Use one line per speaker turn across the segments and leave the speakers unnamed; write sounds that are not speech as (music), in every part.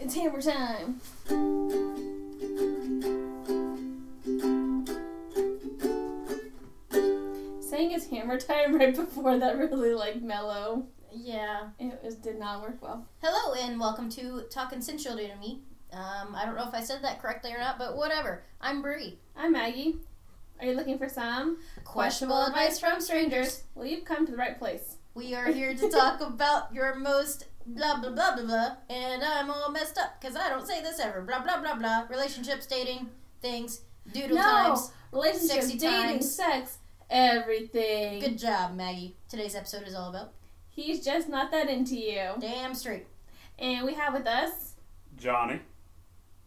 It's hammer time. Saying it's hammer time right before that really like mellow.
Yeah.
It was, did not work well.
Hello and welcome to Talking Sensual to Me. Um, I don't know if I said that correctly or not, but whatever. I'm Bree.
I'm Maggie. Are you looking for some?
Questionable advice from strangers.
Well, you've come to the right place.
We are here to talk about your most blah blah blah blah blah, and I'm all messed up because I don't say this ever. Blah blah blah blah. Relationships, dating, things, doodle
No.
times.
Relationships,
Sexy
dating,
times.
sex, everything.
Good job, Maggie. Today's episode is all about
He's just not that into you.
damn straight.
And we have with us.
Johnny.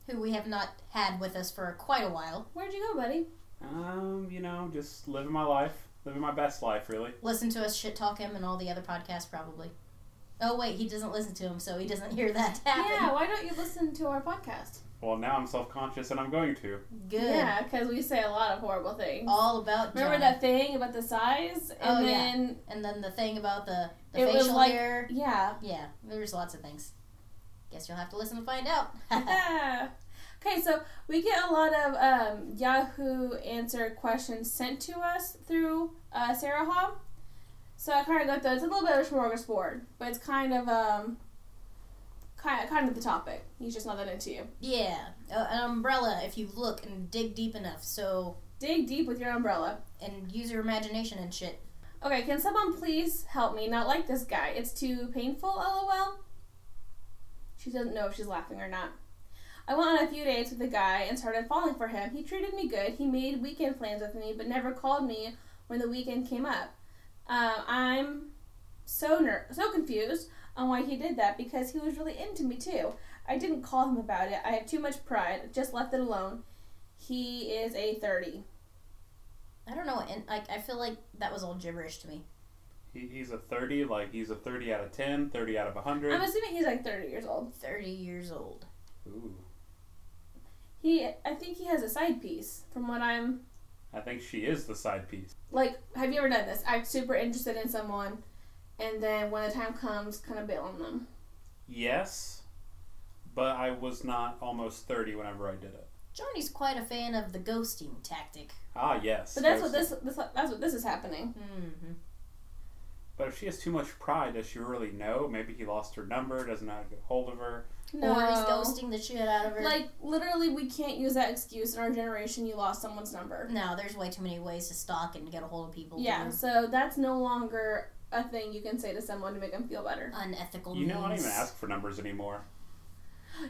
Who we have not had with us for quite a while.
Where'd you go, buddy?
Um, you know, just living my life, living my best life, really.
Listen to us shit talk him and all the other podcasts probably. Oh wait, he doesn't listen to him, so he doesn't hear that (laughs) happen.
Yeah. Why don't you listen to our podcast?
Well, now I'm self-conscious, and I'm going to.
Good.
Yeah, because we say a lot of horrible things.
All about
Remember
John.
that thing about the size? And
Oh, yeah.
then,
And then the thing about the, the
It was
facial
like-
hair.
yeah.
(laughs)
(laughs)
Yeah, there's lots of things. Guess you'll have to listen to find out. (laughs)
Ah. okay, so we get a lot of um, Yahoo answer questions sent to us through uh, Sarah Hobb. So I kind of got those. It's a little bit of a smorgasbord, but it's kind of um, kind of, kind of the topic. He's just not that into you.
yeah, uh, an umbrella if you look and dig deep enough. So
Dig deep with your umbrella.
and use your imagination and shit.
Okay, can someone please help me not like this guy? It's too painful, lol. She doesn't know if she's laughing or not. I went on a few dates with a guy and started falling for him. He treated me good. He made weekend plans with me, but never called me when the weekend came up. Uh, I'm so ner- so confused on why he did that because he was really into me too. I didn't call him about it. I have too much pride. Just left it alone. He is a thirty.
I don't know, and like I feel like that was all gibberish to me.
He, he's a 30, like he's a 30 out of 10, 30 out of 100.
I'm assuming he's like thirty years old.
Thirty years old.
Ooh,
He, I think he has a side piece. From what I'm
I think she is the side piece.
like, have you ever done this? I'm super interested in someone, and then when the time comes, kind of bail on them.
Yes, but I was not almost 30 whenever I did it.
Johnny's quite a fan of the ghosting tactic.
Ah, yes.
But that's what
there's-
this, this that's what this is happening.
Mm-hmm.
But if she has too much pride, does she really know? Maybe he lost her number, doesn't know how to get hold of her.
No,
Or he's ghosting the shit out of her.
like literally, we can't use that excuse in our generation. You lost someone's number.
no, there's way too many ways to stalk and get a hold of people.
Yeah,
through
so that's no longer a thing you can say to someone to make them feel better. Oh,
Unethical.
You know, I don't
means.
even ask for numbers anymore.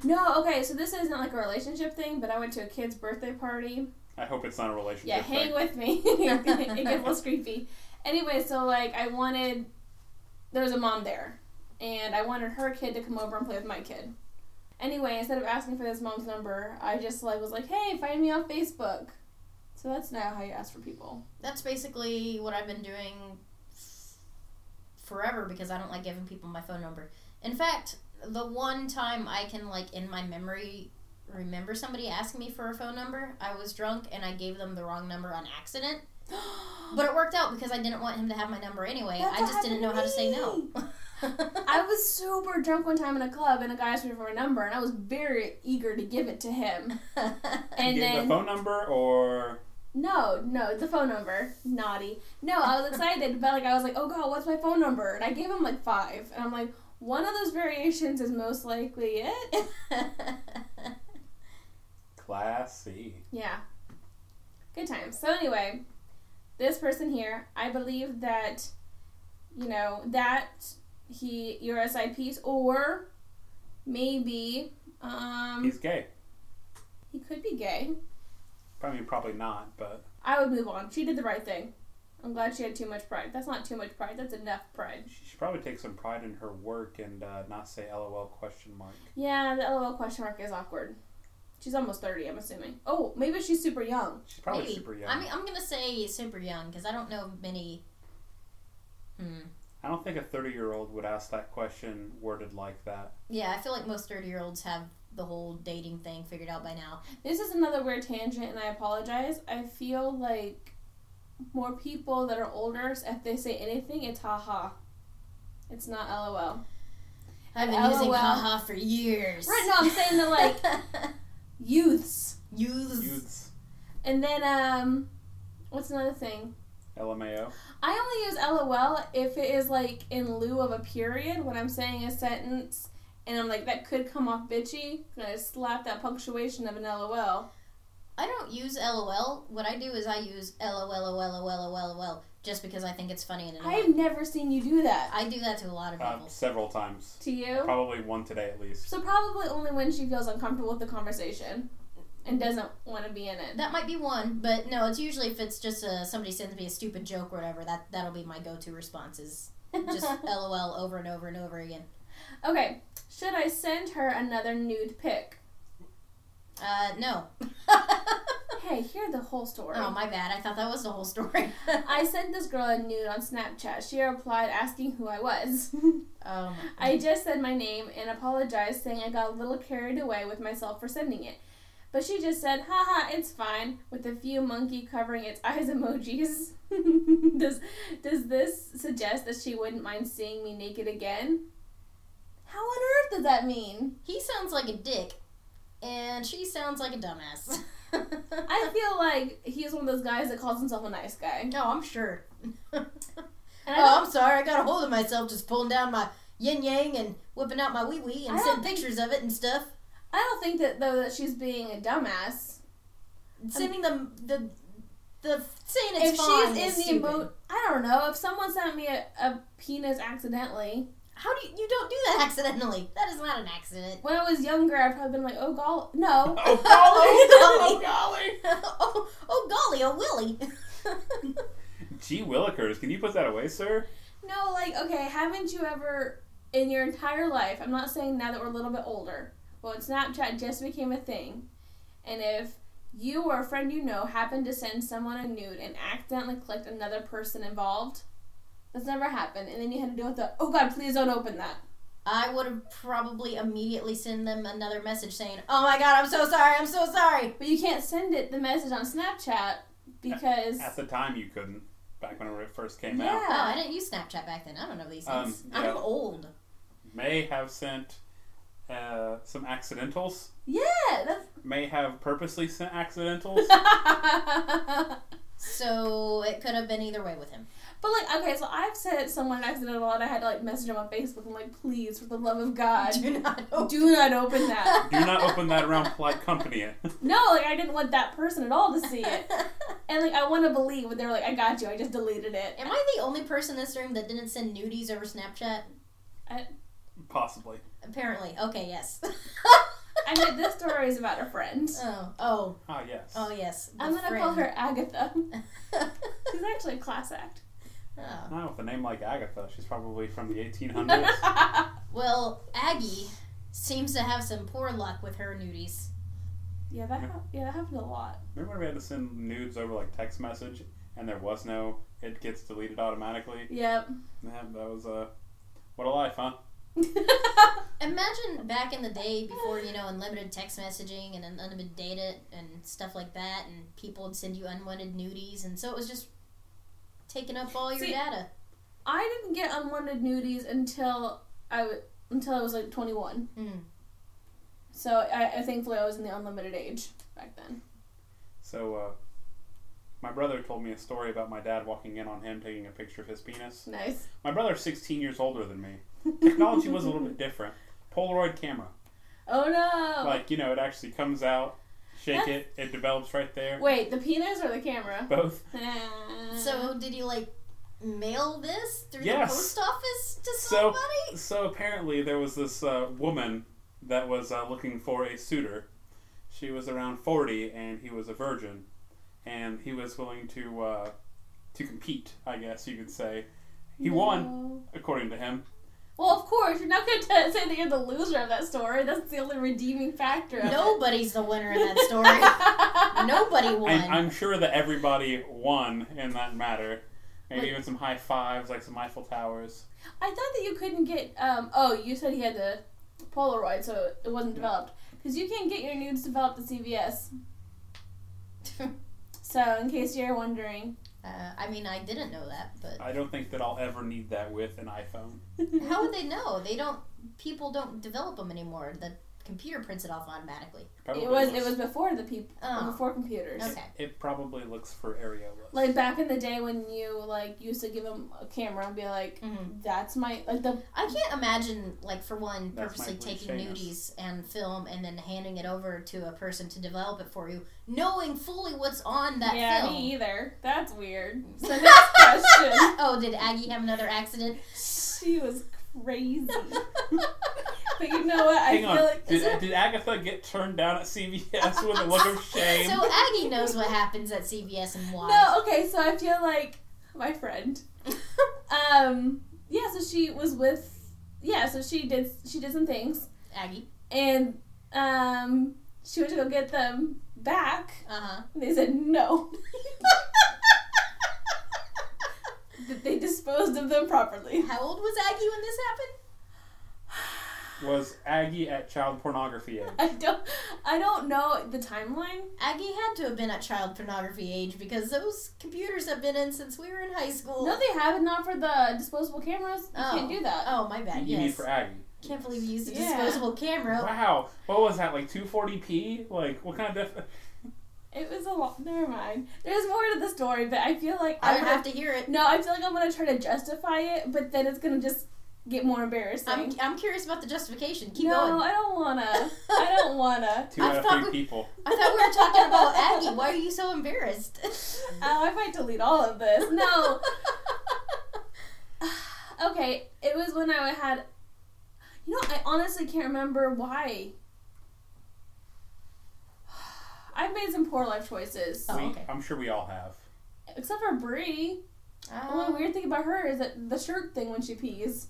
No, okay, so this isn't like a relationship thing, but I went to a kid's birthday party
I hope it's not a relationship
Yeah,
thing.
hang with me. (laughs) it gets a little creepy. Anyway, so like I wanted there was a mom there, and I wanted her kid to come over and play with my kid. Anyway, instead of asking for this mom's number, I just like was like, "Hey, find me on Facebook." So that's now how you ask for people.
That's basically what I've been doing f- forever because I don't like giving people my phone number. In fact, the one time I can like in my memory remember somebody asking me for a phone number, I was drunk and I gave them the wrong number on accident. But it worked out because I didn't want him to have my number anyway.
Oh. That's
I
what
just didn't know how to say no. (laughs)
happened (laughs) I was super drunk one time in a club, and a guy asked me for a number, and I was very eager to give it to him. And
Give
then
the phone number or
No, no, the phone number. Naughty. No, I was excited, but like I was like, oh god, what's my phone number? And I gave him like five, and I'm like, one of those variations is most likely it. (laughs)
classy.
yeah. Good times. So anyway, this person here, I believe that, you know, that he your SI piece or maybe
Mm.
um
He's gay.
he could be gay.
I mean, probably not, but
I would move on. She did the right thing. I'm glad she had too much pride. That's not too much pride. That's enough pride.
she should probably take some pride in her work and uh, not say "lol" question mark.
Yeah, the LOL question mark is awkward. She's almost 30, I'm assuming. Oh, maybe she's super young.
She's probably
Maybe.
super young.
I mean, I'm gonna say super young because I don't know many. Hmm.
I don't think a thirty-year-old would ask that question worded like that.
Yeah, I feel like most 30 year olds have the whole dating thing figured out by now.
This is another weird tangent, and I apologize. I feel like more people that are older, if they say anything, it's haha. It's not LOL.
I've been using
LOL.
haha for years.
Oh, Right, no, I'm saying that, like,
(laughs)
youths.
youths.
Youths.
And then, um, what's another thing?
LMAO.
I only use LOL if it is like in lieu of a period when I'm saying a sentence and I'm like, that could come off bitchy. And I slap that punctuation of an LOL.
I don't use LOL. What I do is I use LOLOLOLOLOL just because I think it's funny and annoying.
I've never seen you do that.
I do that to a lot of
Um,
people.
several times.
To you?
Probably one today at least.
So probably only when she feels uncomfortable with the conversation and doesn't want to be in it.
That might be one, but no, it's usually if it's just uh somebody sends me a stupid joke or whatever. That that'll be my go-to response is just LOL over and over and over again.
(laughs) okay. Should I send her another nude pic?
Uh,
(laughs)
no.
Hey, hear the whole story.
oh my bad. I thought that was the whole story. (laughs)
I sent this girl a nude on Snapchat. She replied asking who I was. (laughs)
oh my.
I just said my name and apologized, saying I got a little carried away with myself for sending it. But she just said, haha, it's fine, with a few monkey covering its eyes (laughs) emojis. does, does this suggest that she wouldn't mind seeing me naked again? How on earth does that mean?
He sounds like a dick, and she sounds like a dumbass.
(laughs) I feel like he's one of those guys that calls himself a nice guy. And
(laughs) no, I'm
(laughs)
sure. oh,
I don't-
I'm sorry. I got a hold of myself just pulling down my yin yang and whipping out my wee wee and
I
sending
don't
pictures of it and stuff.
I don't think that, though, that she's being a dumbass.
Sending them the the saying it's
if
fine
she's
is
in the
stupid.
emo, I don't know. If someone sent me a, a penis accidentally,
How do you, you don't do that accidentally? That is not an
(laughs)
accident.
when I was younger, I'd probably been like, "Oh golly, no." (laughs)
Oh golly! oh golly!
oh, oh golly, oh Willie. (laughs)
Gee Willikers, can you put that away, sir?
No, like, okay, haven't you ever in your entire life? I'm not saying now that we're a little bit older, but when Snapchat just became a thing, and if you or a friend you know happened to send someone a nude and accidentally clicked another person involved, that's never happened. And then you had to deal with the, "Oh God, please don't open that."
I would have probably immediately sent them another message saying, "Oh my god, I'm so sorry. I'm so sorry."
But you can't send it the message on Snapchat because
At the time, you couldn't. Back when it first came
Yeah.
out,
Oh, I didn't use Snapchat back then. I don't know these
Um,
things.
yeah.
I'm old.
may have sent uh, some accidentals.
yeah, that's
May have purposely sent accidentals.
(laughs)
(laughs)
but
So it could have been either way (laughs) with him.
like, okay, so I've sent someone an accidental and I had to like message them on Facebook. I'm like, please, for the love of God, (laughs)
do not open
do not open that.
Do not open that around polite company.
No, like I didn't want that person at all to see (laughs) it. And like I want to believe when they're like, I got you, I just deleted it.
(laughs) Am I the only person in this room that didn't send nudies over Snapchat?
(laughs) Possibly.
Apparently. Okay, yes. (laughs)
I mean, this story is about (laughs) a friend.
oh, oh,
Ah, yes.
oh yes. the
I'm gonna call her
friend.
Agatha. (laughs) She's actually a class act.
(laughs) oh.
Now with a name like Agatha, she's probably from
(laughs)
the 1800s.
Well, Aggie seems to have some poor luck with her nudies.
yeah, that hap yeah that happened a lot.
Remember when we had to send nudes over like text message, and there was no, it gets deleted automatically.
Yep. (laughs)
Man, that was uh, what a life, huh?
Imagine back in the day before, you know, unlimited text messaging and unlimited data and stuff like that, and people would send you unwanted nudies, and so it was just taking up all your
See-
data.
I didn't get unwanted nudies until I w- until I was like 21.
Mm.
Hmm.
So I, I thankfully I was in the unlimited age back then.
So, uh, my brother told me a story about my dad walking in on him taking a picture of his penis.
Nice.
My brother's 16 years older than me. Technology was a little bit different. Polaroid camera.
Oh no!
Like, you know, it actually comes out, shake it, it develops right there.
Wait, the penis or the camera?
Both.
So did you like mail this through
Yes.
the post office to
So-
somebody?
So apparently there was this uh, woman that was uh, looking for a suitor. She was around 40 and he was a virgin. And he was willing to, uh, to compete, I guess you could say. He won,
No.
according to him.
Well, of course, you're not going to say that you're the loser of that story. That's the only redeeming factor. of (laughs)
Nobody's the winner in that
(laughs)
story.
it.
Nobody won.
I'm, I'm sure that everybody won in that matter. Maybe
Like-
even some high fives, like some Eiffel Towers.
I thought that you couldn't get. Um, oh, you said he had the Polaroid, so it wasn't
Yeah.
developed. Because you can't get your nudes developed at CVS. So, in case you're wondering.
(laughs) uh, I mean, I didn't know that, but
I don't think that I'll ever need that with an iPhone.
how would they know? They don't. people don't develop them anymore. The computer prints it off automatically.
Probably
it was
looks-
it was before the people
Oh.
before computers.
Okay.
It probably looks for areolas.
Like back in the day when you like used to give them a camera and be like,
Mhm.
"That's my like the
I can't imagine, like, for one,
That's
purposely
Mike Lee's
taking
famous.
nudies and film and then handing it over to a person to develop it for you, knowing fully what's on that
yeah
film. (laughs)
me either." That's weird. So next (laughs) question.
oh, did Aggie have another accident? (laughs)
She was crazy. But you know what? I
Hang
feel
on.
like
did,
is it-
did Agatha get turned down at
(laughs)
CVS with a look of shame?
So Aggie knows what happens at CVS and why.
no. Okay, so I feel like my friend. Um. Yeah. So she was with. Yeah. So she did. She did some things,
(laughs) Aggie.
and um, she went to go get them back.
Uh huh.
And they said no. (laughs) that they disposed of them properly.
How old was Aggie when this happened?
Was Aggie at child pornography age?
(laughs) I don't. I don't know the timeline.
Aggie had to have been at child pornography age because those computers have been in since we were in high school.
No, they have it not for the disposable cameras. You
Oh.
can't do that.
oh, my bad.
You mean
Yes.
for Aggie?
Can't believe you used a
Yeah.
disposable camera.
Wow. What was that? Like 240p? Like, what kind of. Def-
It was a lot. Never mind. There's more to the story, but I feel like
I
I'm
would
gonna,
have to hear it.
no. I feel like I'm gonna try to justify it, but then it's gonna just get more embarrassing.
I'm, I'm curious about the justification. Keep
no,
going.
I don't
(laughs)
wanna. I don't wanna.
Two
I
out
thought
of three
we-
people.
I thought we were talking about Aggie. Why are you so (laughs) embarrassed?
Oh, I might delete all of
(laughs)
this. No. okay, it was when I had. You know, I honestly can't remember why. (sighs) I've made some poor life choices.
Oh,
we,
okay.
I'm sure we all have.
Except for Brie. The only
Um,
weird thing about her is that the shirt thing when she pees.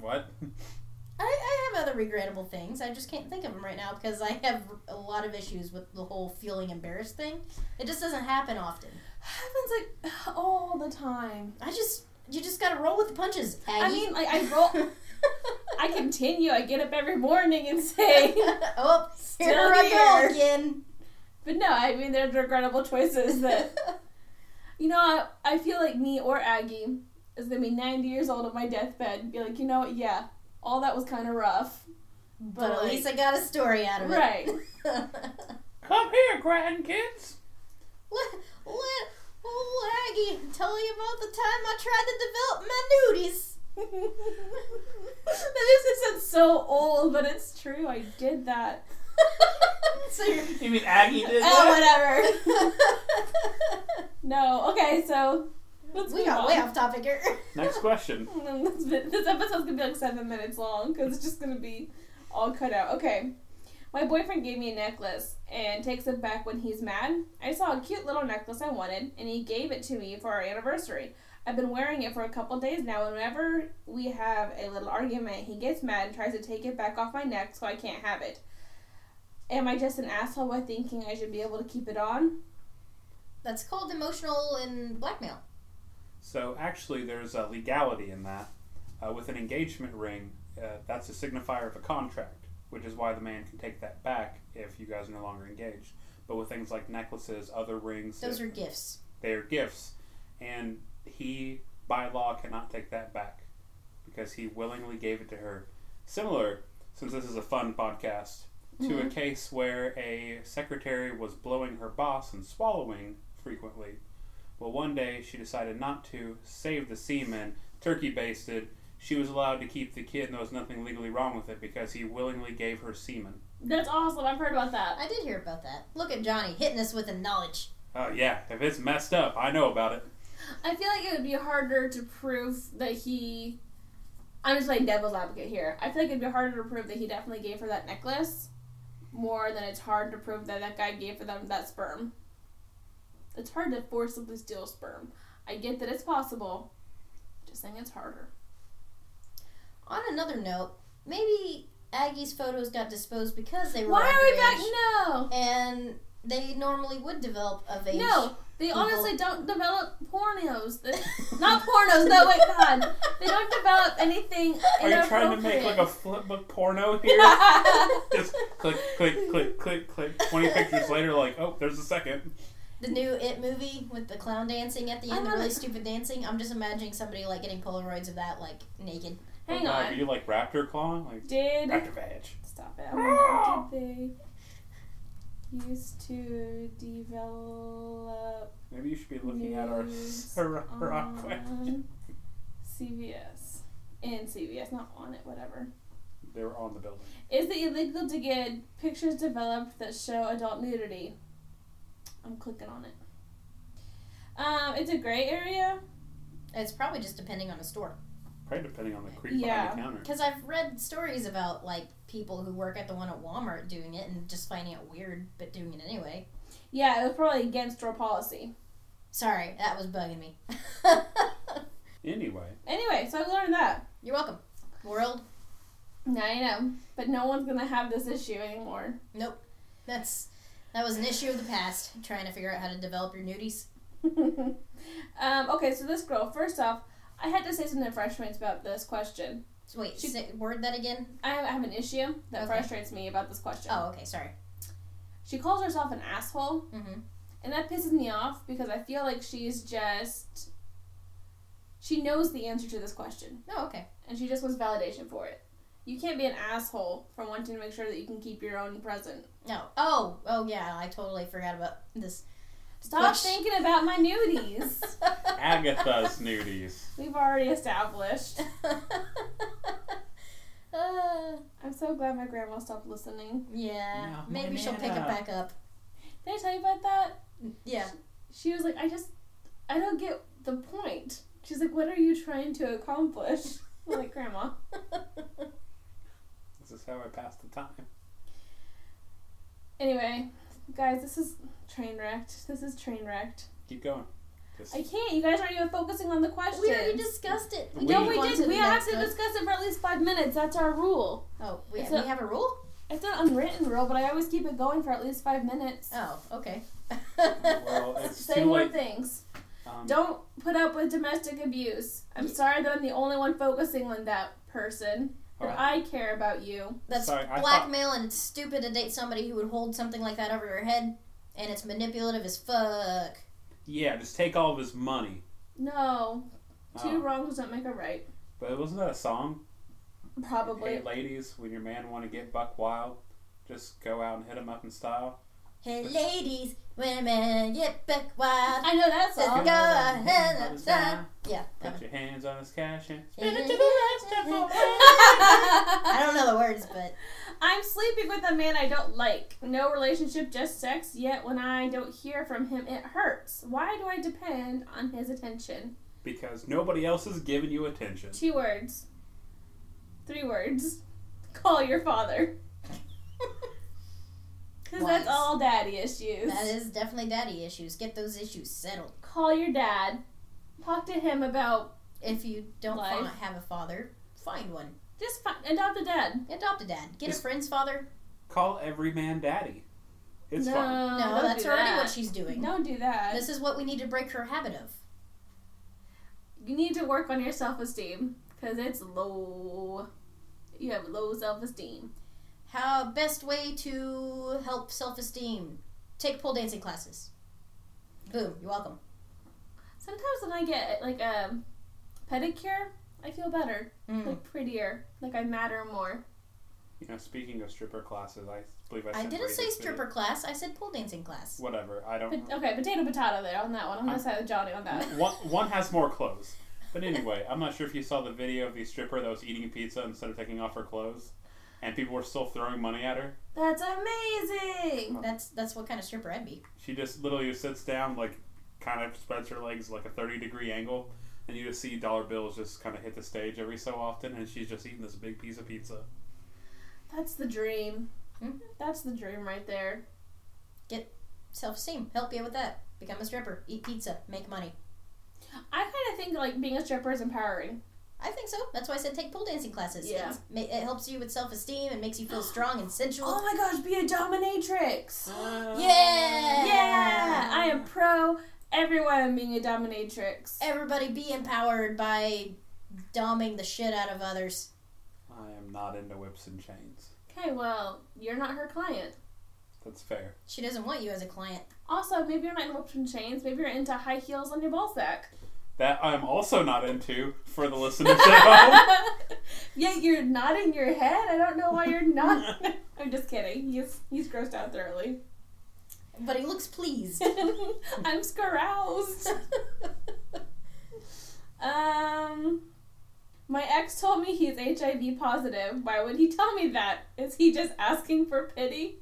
What? (laughs)
I, I have other regrettable things. I just can't think of them right now because I have a lot of issues with the whole feeling embarrassed thing. It just doesn't happen often.
Happens like all the time.
I just you just gotta roll with the punches. Aggie.
I mean, like, I
(laughs)
roll. I continue. I get up every morning and say. (laughs)
oh,
Still
here I
here.
go again.
But no, I mean, there's regrettable choices that. You know, I, I feel like me or Aggie is gonna be 90 years old on my deathbed and be like, you know what, yeah, all that was kind of rough. (laughs)
but at least I got a story out of it.
Right.
(laughs) let,
Come here, grandkids!
let old Aggie tell you about the time I tried to develop my nudies. (laughs)
this isn't so old, but it's true. I did that.
so you're
You mean Aggie did
Oh,
that?
whatever. (laughs) No, okay, so let's
(laughs) we
move
got
on.
way off topic here.
Next question.
This bit- this episode's gonna be like seven minutes long because it's just gonna be all cut out. Okay. My boyfriend gave me a necklace and takes it back when he's mad. I saw a cute little necklace I wanted and he gave it to me for our anniversary. I've been wearing it for a couple days now. and Whenever we have a little argument, he gets mad and tries to take it back off my neck so I can't have it. Am I just an asshole by thinking I should be able to keep it on?
That's called emotional and blackmail.
So, actually, there's a legality in that. Uh, with an engagement ring, uh, that's a signifier of a contract, which is why the man can take that back if you guys are no longer engaged. But with things like necklaces, other rings,
Those
if-
are gifts.
they are gifts, and he, by law, cannot take that back because he willingly gave it to her. Similar, since this is a fun podcast, to a case where a secretary was blowing her boss and swallowing frequently. Well, one day she decided not to, save the semen, turkey basted. She was allowed to keep the kid, and there was nothing legally wrong with it because he willingly gave her semen.
That's awesome. I've heard about that.
I did hear about that. Look at Johnny hitting us with the knowledge.
Oh, yeah, if it's messed up, I know about it.
I feel like it would be harder to prove that he. I'm just playing devil's advocate here. I feel like it'd be harder to prove that he definitely gave her that necklace, more than it's hard to prove that that guy gave her them that sperm. It's hard to forcibly steal sperm. I get that it's possible. Just saying, it's harder.
On another note, maybe Aggie's photos got disposed because they were
Why are we back?
underage,
No,
and they normally would develop of age. (laughs)
no. They
People-
honestly don't develop pornos. They- Not pornos. No, wait, God. They don't develop anything.
Are you trying to make like a flipbook porno here? Just click, click, click, click, click. 20
(laughs)
pictures later, like, oh, there's a second.
the new It movie with the clown dancing at the
I
end, the
love
really
it.
stupid dancing. I'm just imagining somebody like getting Polaroids of that, like naked.
Hang
Like, uh,
on.
Are you like raptor claw?
(laughs)
Like
Did
raptor badge.
stop it? I wanna know, Did they used to develop
Maybe you should be looking at our
News
(laughs) our, our
uh, on CVS in CVS, not on it, whatever.
They were on the building.
Is it illegal to get pictures developed that show adult nudity? I'm clicking on it. Um, it's a gray area.
It's probably just depending on the store.
Probably depending on the creep
Yeah.
behind the counter.
Because I've read stories about like people who work at the one at Walmart doing it and just finding it weird, but doing it anyway.
Yeah, it was probably against store policy.
Sorry, that was bugging me. (laughs)
Anyway,
Anyway, so I learned that.
You're welcome, world.
Now I know, but no one's gonna have this issue anymore.
That's that was an issue of the past. Trying to figure out how to develop your nudies.
(laughs) um, okay, so this girl. First off, I had to say something that frustrates me about this question.
So wait,
She-
say, word that again?
I have, I have an issue that
Okay.
frustrates me about this question.
Oh, okay, sorry.
She calls herself an asshole.
Mm-hmm.
And that pisses me off because I feel like she's just. She knows the answer to this question
Oh, okay.
and she just wants validation for it. You can't be an asshole for wanting to make sure that you can keep your own present.
No. Oh, oh yeah, I totally forgot about this.
Stop
Gosh.
(laughs) thinking about my
(laughs)
nudies.
Agatha's nudies.
We've already established.
uh,
I'm so glad my grandma stopped listening.
yeah,
No, my
maybe she'll pick it
Nana.
back up.
Did I tell you about that? (laughs)
Yeah.
She was like, I just. I don't get the point. She's like, what are you trying to accomplish? (laughs) I'm like, Grandma.
This is how I pass the time.
Anyway, guys, this is train wrecked. This is train wrecked.
Keep going. Just,
I can't. You guys aren't even focusing on the question.
we already discussed it.
We-
no,
moved
we
on
didn't.
the
We have
next
to
one.
discuss it for at least five minutes. That's our rule.
Oh, we,
It's
we
a-
have a rule?
It's an unwritten rule, but I always keep it going for at least five minutes.
Oh, okay. (laughs)
Well, it's
Say
too
more
late.
things.
um,
Don't put up with domestic abuse. I'm sorry that I'm the only one focusing on that person. But
alright.
I care about you.
That's
Sorry, I
blackmail and it's stupid to date somebody who would hold something like that over your head, and it's manipulative as fuck.
Yeah, just take all of his money.
No, two
Oh.
wrongs don't make a right.
But wasn't that a song?
Probably.
Hey, ladies, when your man want to get buck wild, just go out and hit him up in style.
Hey, ladies, women, get back wild.
I know that's
Let's
all.
go out
Hands
and
on his style.
Yeah. that
(laughs)
Put your hands on his cash and
one.
spin it to the left.
I don't know the words, but
(laughs) I'm sleeping with a man I don't like. No relationship, just sex. Yet when I don't hear from him, it hurts. Why do I depend on his attention?
Because nobody else is giving you attention.
Two words. Three words. Call your father. (laughs) Because that's
Wise.
all daddy issues.
that is definitely daddy issues. Get those issues settled.
Call your dad. Talk to him about
If you don't
Life.
fa- have a father, find one.
just fi- adopt a dad.
Adopt a dad. Get a
Just-
friend's father.
Call every man daddy. It's
no,
fun.
No,
don't
that's
do
already
that.
what she's doing.
Don't do that.
This is what we need to break her habit of.
you need to work on your self esteem because it's low. You have low self esteem.
How best way to help self esteem? Take pole dancing classes. Boom, you're welcome.
Sometimes when I get like a pedicure, I feel better,
Mm.
like prettier, like I matter more.
You know, speaking of stripper classes, I believe I.
I
sent
didn't
Bree
say
this video.
stripper class, I said pole dancing class.
Whatever. I don't.
But, okay, potato potato there on that one. I'm gonna side with Johnny on that.
(laughs) one, one has more clothes. But anyway, I'm not sure if you saw the video of the stripper that was eating pizza instead of taking off her clothes, and people were still throwing money at her.
That's amazing.
That's that's what kind of stripper I'd be.
She just literally just sits down, like kind of spreads her legs like a 30 degree angle, and you just see dollar bills just kind of hit the stage every so often, and she's just eating this big piece of pizza.
That's the dream.
Mhm.
That's the dream right there.
Self esteem, help you with that. Become a stripper, eat pizza, make money.
I kind of think like being a stripper is empowering.
I think so. That's why I said take pole dancing classes.
Yeah.
It's- ma- It helps you with self esteem and makes you
(gasps)
feel strong and sensual.
my gosh, be a dominatrix.
Uh,
Yeah!
Oh, Yeah, I am pro everyone being a dominatrix.
Everybody be empowered by doming the shit out of others.
I am not into whips and chains.
Okay, well, you're not her client.
That's fair.
She doesn't want you as a client.
Also, maybe you're not in whips and chains. Maybe you're into high heels on your ball sack. (laughs)
That I'm also not into for the listeners at
(laughs)
home.
yeah, you're nodding your head. I don't know why you're not. (laughs) I'm just kidding. He's he's grossed out thoroughly. (laughs)
But he looks pleased. (laughs)
I'm scaroused. Um, my ex told me he's HIV positive. Why would he tell me that? Is he just asking for pity?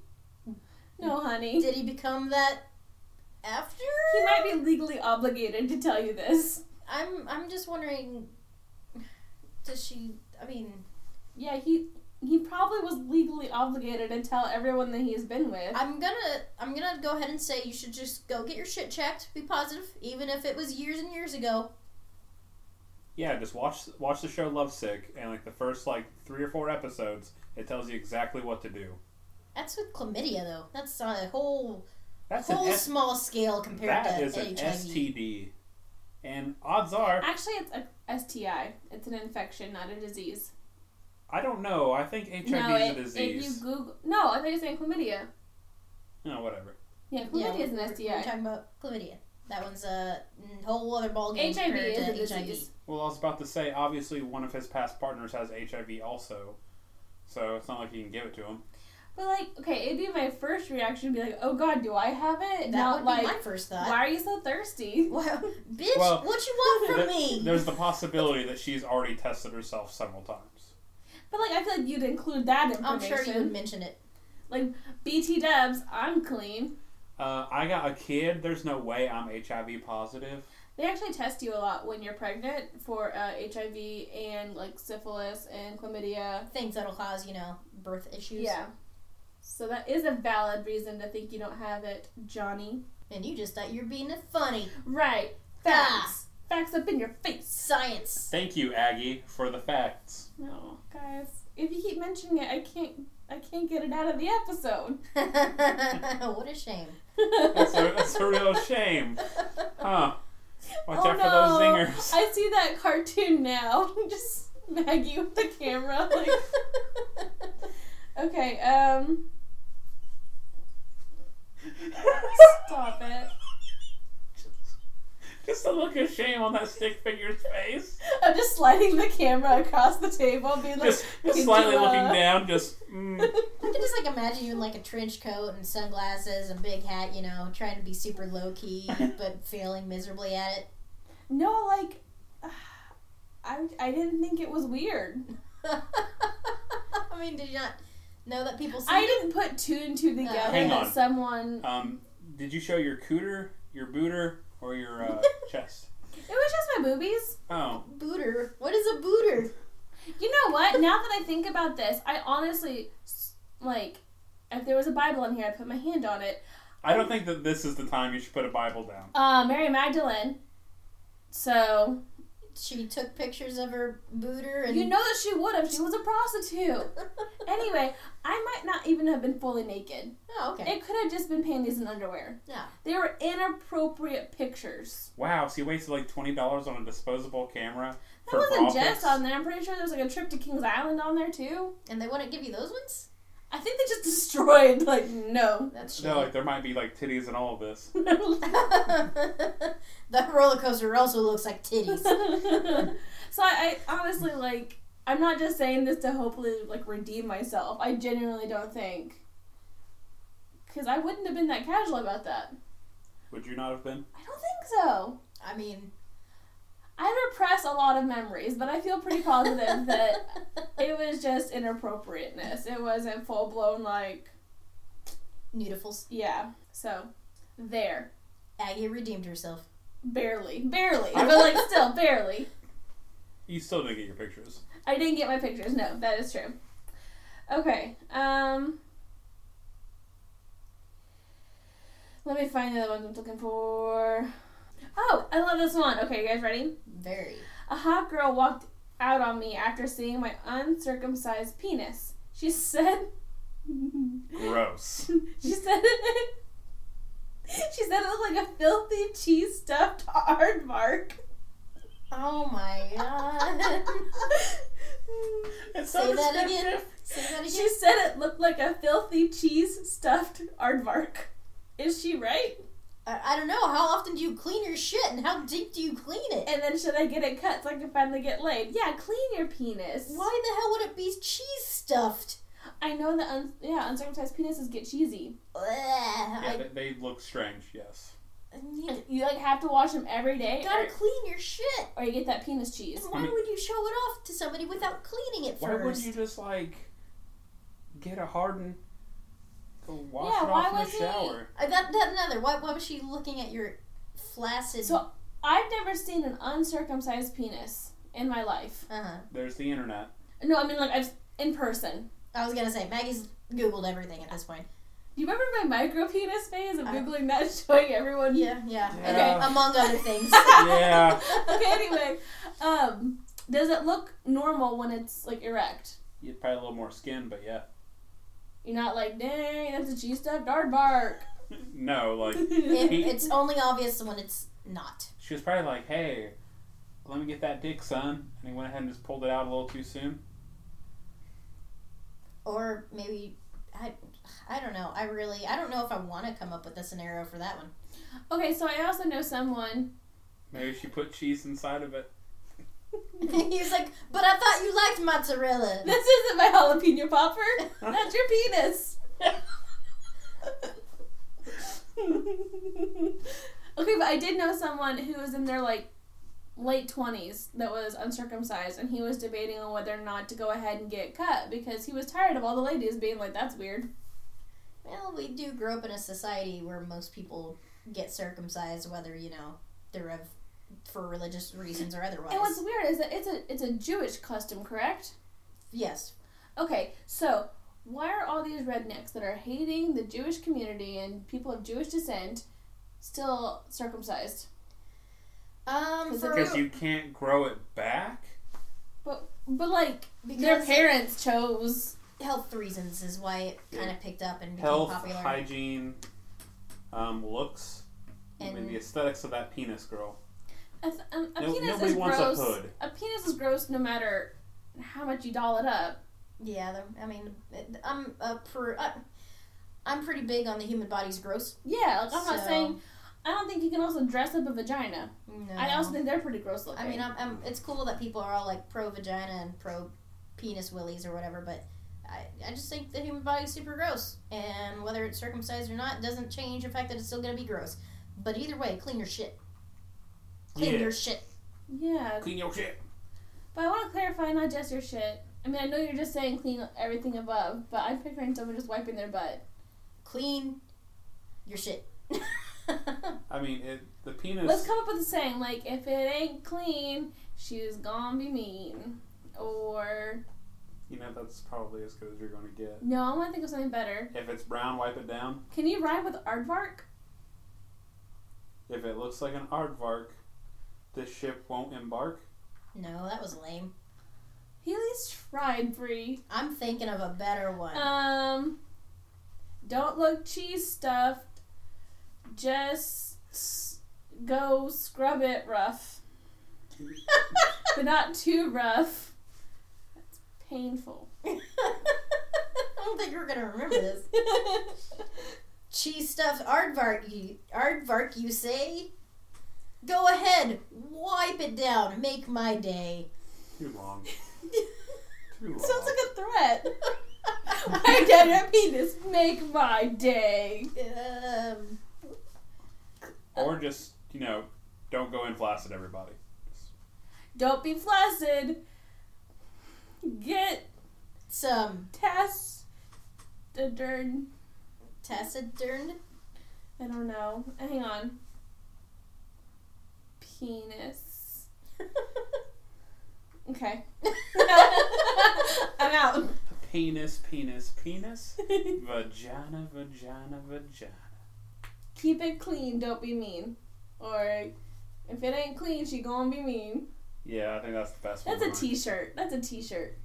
No, honey.
Did he become that after?
He might be legally obligated to tell you this.
I'm I'm just wondering. Does she? I mean,
Yeah, he he probably was legally obligated to tell everyone that he's been with.
I'm gonna I'm gonna go ahead and say you should just go get your shit checked. Be positive, even if it was years and years ago.
Yeah, just watch watch the show Lovesick, and like the first like three or four episodes, it tells you exactly what to do.
That's with chlamydia though. That's on a whole
That's
whole
an S-
small scale compared
that
to
is an
HIV.
STD, and odds are
Actually, it's a STI. It's an infection, not a disease.
I don't know. I think HIV
no,
is
it-
a
if you
disease.
Google, no, I think it's saying chlamydia.
No, whatever.
Yeah,
Yeah,
chlamydia is
we're-
an
We're
STI.
talking about chlamydia. That one's a whole other ballgame.
HIV
compared to
is a
HIV.
disease.
Well, I was about to say, obviously, one of his past partners has HIV also, so it's not like you can give it to him.
But like, okay, it'd be my first reaction to be like, "Oh God, do I have it?"
That
Not
would
like,
be my first thought.
why are you so thirsty?
(laughs) Well, bitch,
Well,
what you want from
There-
me?
There's the possibility that she's already tested herself several times.
But like, I feel like you'd include that information.
I'm sure you would mention it.
BT Dubs, I'm clean.
Uh, I got a kid. There's no way I'm HIV positive.
They actually test you a lot when you're pregnant for uh, HIV and like syphilis and chlamydia.
Things that'll cause, you know, birth issues.
Yeah. So that is a valid reason to think you don't have it, Johnny.
And you just thought you're being funny.
Right. Facts. Facts up in your face.
Science. (laughs)
Thank you, Aggie, for the facts.
No, guys. If you keep mentioning it, I can't. I can't get it out of the episode.
what a shame.
(laughs)
That's a, that's a real shame. Huh. Watch
oh
out
no!
for those
(laughs)
zingers.
I see that cartoon now. (laughs) Just Maggie with the camera. Like, okay. Um. Stop it.
Just a look of shame on that stick figure's face.
I'm just sliding the camera across the table, being like,
Just,
could
just
you,
slightly
uh,
looking down, just. Mm.
I can just like imagine you in like a trench coat and sunglasses and big hat, you know, trying to be super low key but failing miserably at it.
(laughs)
(laughs)
No, like, (sighs) I, I didn't think it was weird.
I mean, did you not know that people see
I
it?
didn't put two and two together
Hang
that
on.
someone.
Um, did you show your cooter, your booter, or your uh, chest?
It was just my boobies.
Oh.
Booter. What is a booter?
You know what? Now that I think about this, I honestly, s- like, if there was a Bible in here, I'd put my hand on it.
I don't think that this is the time you should put a Bible down.
Uh, Mary Magdalene. So,
She took pictures of her booter and
you know that she would have. She was a prostitute. Anyway, I might not even have been fully naked.
oh, okay.
It could have just been panties and underwear.
Yeah.
They were inappropriate pictures.
Wow, so you wasted like twenty dollars on a disposable camera
That
for
wasn't
bra
just
pics?
on there. I'm pretty sure there was like a trip to Kings Island on there too.
And they wouldn't give you those ones?
I think they just (laughs) destroyed. Like, no. (laughs)
That's shit.
No, like there might be like titties in all of this.
(laughs) that roller coaster also looks like
(laughs)
titties.
so I, I honestly like I'm not just saying this to hopefully like redeem myself. I genuinely don't think because I wouldn't have been that casual about that.
Would you not have been?
I don't think so.
I mean,
I repress a lot of memories, but I feel pretty
(laughs)
positive that it was just inappropriateness. It wasn't full blown like
Nudifuls.
yeah. So there,
Aggie redeemed herself.
barely, barely, but like still barely.
You still didn't get your pictures.
I didn't get my pictures. No, that is true. Okay. Um. Let me find the other ones I'm looking for. Oh, I love this one. Okay, you guys ready?
Very.
A hot girl walked out on me after seeing my uncircumcised penis. She said. (laughs)
Gross.
she said it. She said it looked like a filthy cheese stuffed
(laughs)
aardvark.
Oh my
(laughs)
god.
it's
Say that again. Say that again.
She said it looked like a filthy cheese stuffed aardvark. Is she right?
I, I don't know. How often do you clean your shit, and how deep do you clean it?
And then should I get it cut so I can finally get laid? Yeah, clean your penis.
Why the hell would it be cheese stuffed?
I know that un- yeah, uncircumcised penises get cheesy.
Ugh,
Yeah,
I,
they, they look strange. Yes.
I need,
You like have to wash them every day,
you gotta
or,
clean your shit.
or you get that penis cheese.
And why would you show it off to somebody without cleaning it
Mm-hmm. Why
first?
would you just like get a hardened, go wash
Yeah,
it
why
off in the
was he-
shower?
I that that another. Why, why was she looking at your flaccid?
So- I've never seen an uncircumcised penis in my life.
uh-huh.
There's the internet.
(laughs) No, I mean like I've in person.
I was gonna say Maggie's googled everything at this point.
Do you remember my micro penis phase of
I-
googling that, (laughs) and showing everyone?
yeah.
Um, Yeah.
Okay, among other
(laughs)
things.
Yeah.
okay. Anyway, um, does it look normal when it's like erect?
You probably a little more skin, but yeah.
You're not like, dang, that's a G stuff, darn bark. (laughs)
No, like
It, it's only obvious when it's not.
she was probably like, "Hey, let me get that dick, son," and he went ahead and just pulled it out a little too soon.
Or maybe I, I don't know. I really I don't know if I want to come up with a scenario for that one. (laughs)
okay, so I also know someone. (laughs)
Maybe she put cheese inside of it.
He's like, but I thought you liked mozzarella. (laughs)
This isn't my jalapeno popper. That's your penis. (laughs) okay, but I did know someone who was in their like late twenties that was uncircumcised, and he was debating on whether or not to go ahead and get it cut because he was tired of all the ladies being like, "That's weird."
Well, we do grow up in a society where most people get circumcised, whether you know they're of for religious reasons or otherwise.
And what's weird is that it's a it's a Jewish custom, correct?
yes,
Okay, so why are all these rednecks that are hating the Jewish community and people of Jewish descent still circumcised?
um,
Is it
for,
Because you can't grow it back.
But but like their
because
parents chose.
health reasons is why it kind of picked up and became
Health,
popular.
hygiene, um, looks, and
And-
the aesthetics of that penis girl.
A, th- a, um, a
No-
penis
nobody
is
wants
gross.
a hood.
a penis is gross no matter how much you doll it up.
Yeah, they're- I mean, it- I'm a per, I, I'm pretty big on the human body's gross.
Yeah, like I'm not
So-
saying. I don't think you can also dress up a vagina.
No.
I also think they're pretty gross looking.
I mean, I'm, I'm, it's cool that people are all like pro vagina and pro penis willies or whatever, but I, I just think the human body's super gross, and whether it's circumcised or not doesn't change the fact that it's still gonna be gross. But either way, clean your shit. Clean
Yeah.
your shit.
yeah,
Clean your shit.
but I want to clarify, not just your shit. I mean, I know you're just saying clean everything above, but I'm picturing someone just wiping their butt.
Clean your shit. (laughs)
I mean, it, the penis.
Let's come up with a saying like, if it ain't clean, she's gonna be mean. Or
You know, that's probably as good as you're going to get.
no, I want to think of something better.
If it's brown, wipe it down.
Can you rhyme with aardvark?
If it looks like an aardvark, this ship won't embark.
no, that was lame.
He at least tried, Bree.
I'm thinking of a better one.
Um, don't look cheese stuffed. Just s- go scrub it rough, but not too rough. That's painful.
(laughs)
(laughs)
I don't think we're gonna remember this. Cheese stuffed aardvark, you, aardvark, you say? Go ahead, wipe it down, make my day. (laughs)
Too
(laughs)
long. Too long.
Sounds like a threat. I did a penis make my day.
Um,
or just, you know, don't go in flaccid, everybody.
Don't be flaccid. Get
some
test the dern.
taciturn.
I don't know. Hang on. Penis. Okay. I'm out.
Penis, penis, penis.
(laughs)
vagina, vagina, vagina.
Keep it clean. Don't be mean. Or if it ain't clean, she gonna be mean.
Yeah, I think that's the best
That's
one.
a T-shirt. That's a T-shirt.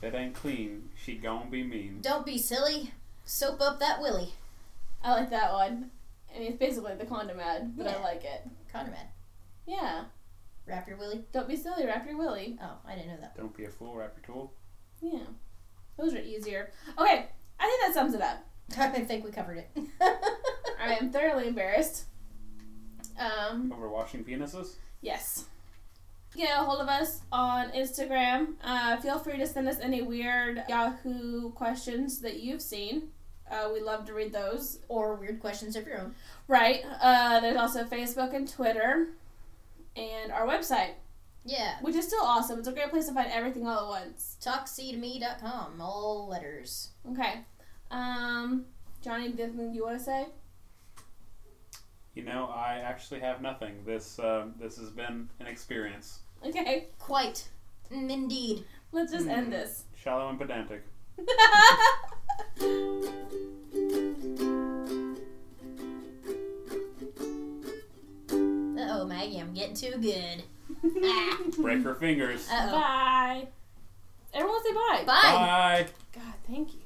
If it ain't clean, she gon' be mean.
Don't be silly. Soap up that willy.
I like that one. I mean, it's basically the condom ad, but
Yeah.
I like it.
Conrad,
Yeah.
wrap your willy.
Don't be silly, wrap your willy.
Oh, I didn't know that.
Don't be a fool, wrap your tool.
Yeah. Those are easier. Okay, I think that sums it up.
(laughs) I think we covered it.
I am thoroughly embarrassed. Um,
over washing penises.
yes. Get a hold of us on Instagram. Uh, feel free to send us any weird Yahoo questions that you've seen. Uh, we love to read those.
Or weird questions of your own.
Right. Uh, there's also Facebook and Twitter, and our website,
Yeah.
which is still awesome. It's a great place to find everything all at once.
TalkSeedMe.com. All letters.
Okay. Um, Johnny, anything you want to say?
You know, I actually have nothing. This um, this has been an experience.
Okay.
Quite. Mm, Indeed.
Let's just
Hmm.
end this.
Shallow and pedantic.
Uh oh, Maggie, I'm getting too good. Mm.
(laughs)
Ah,
Break her fingers.
Uh oh.
Bye. Everyone say bye.
Bye.
Bye.
God, thank you.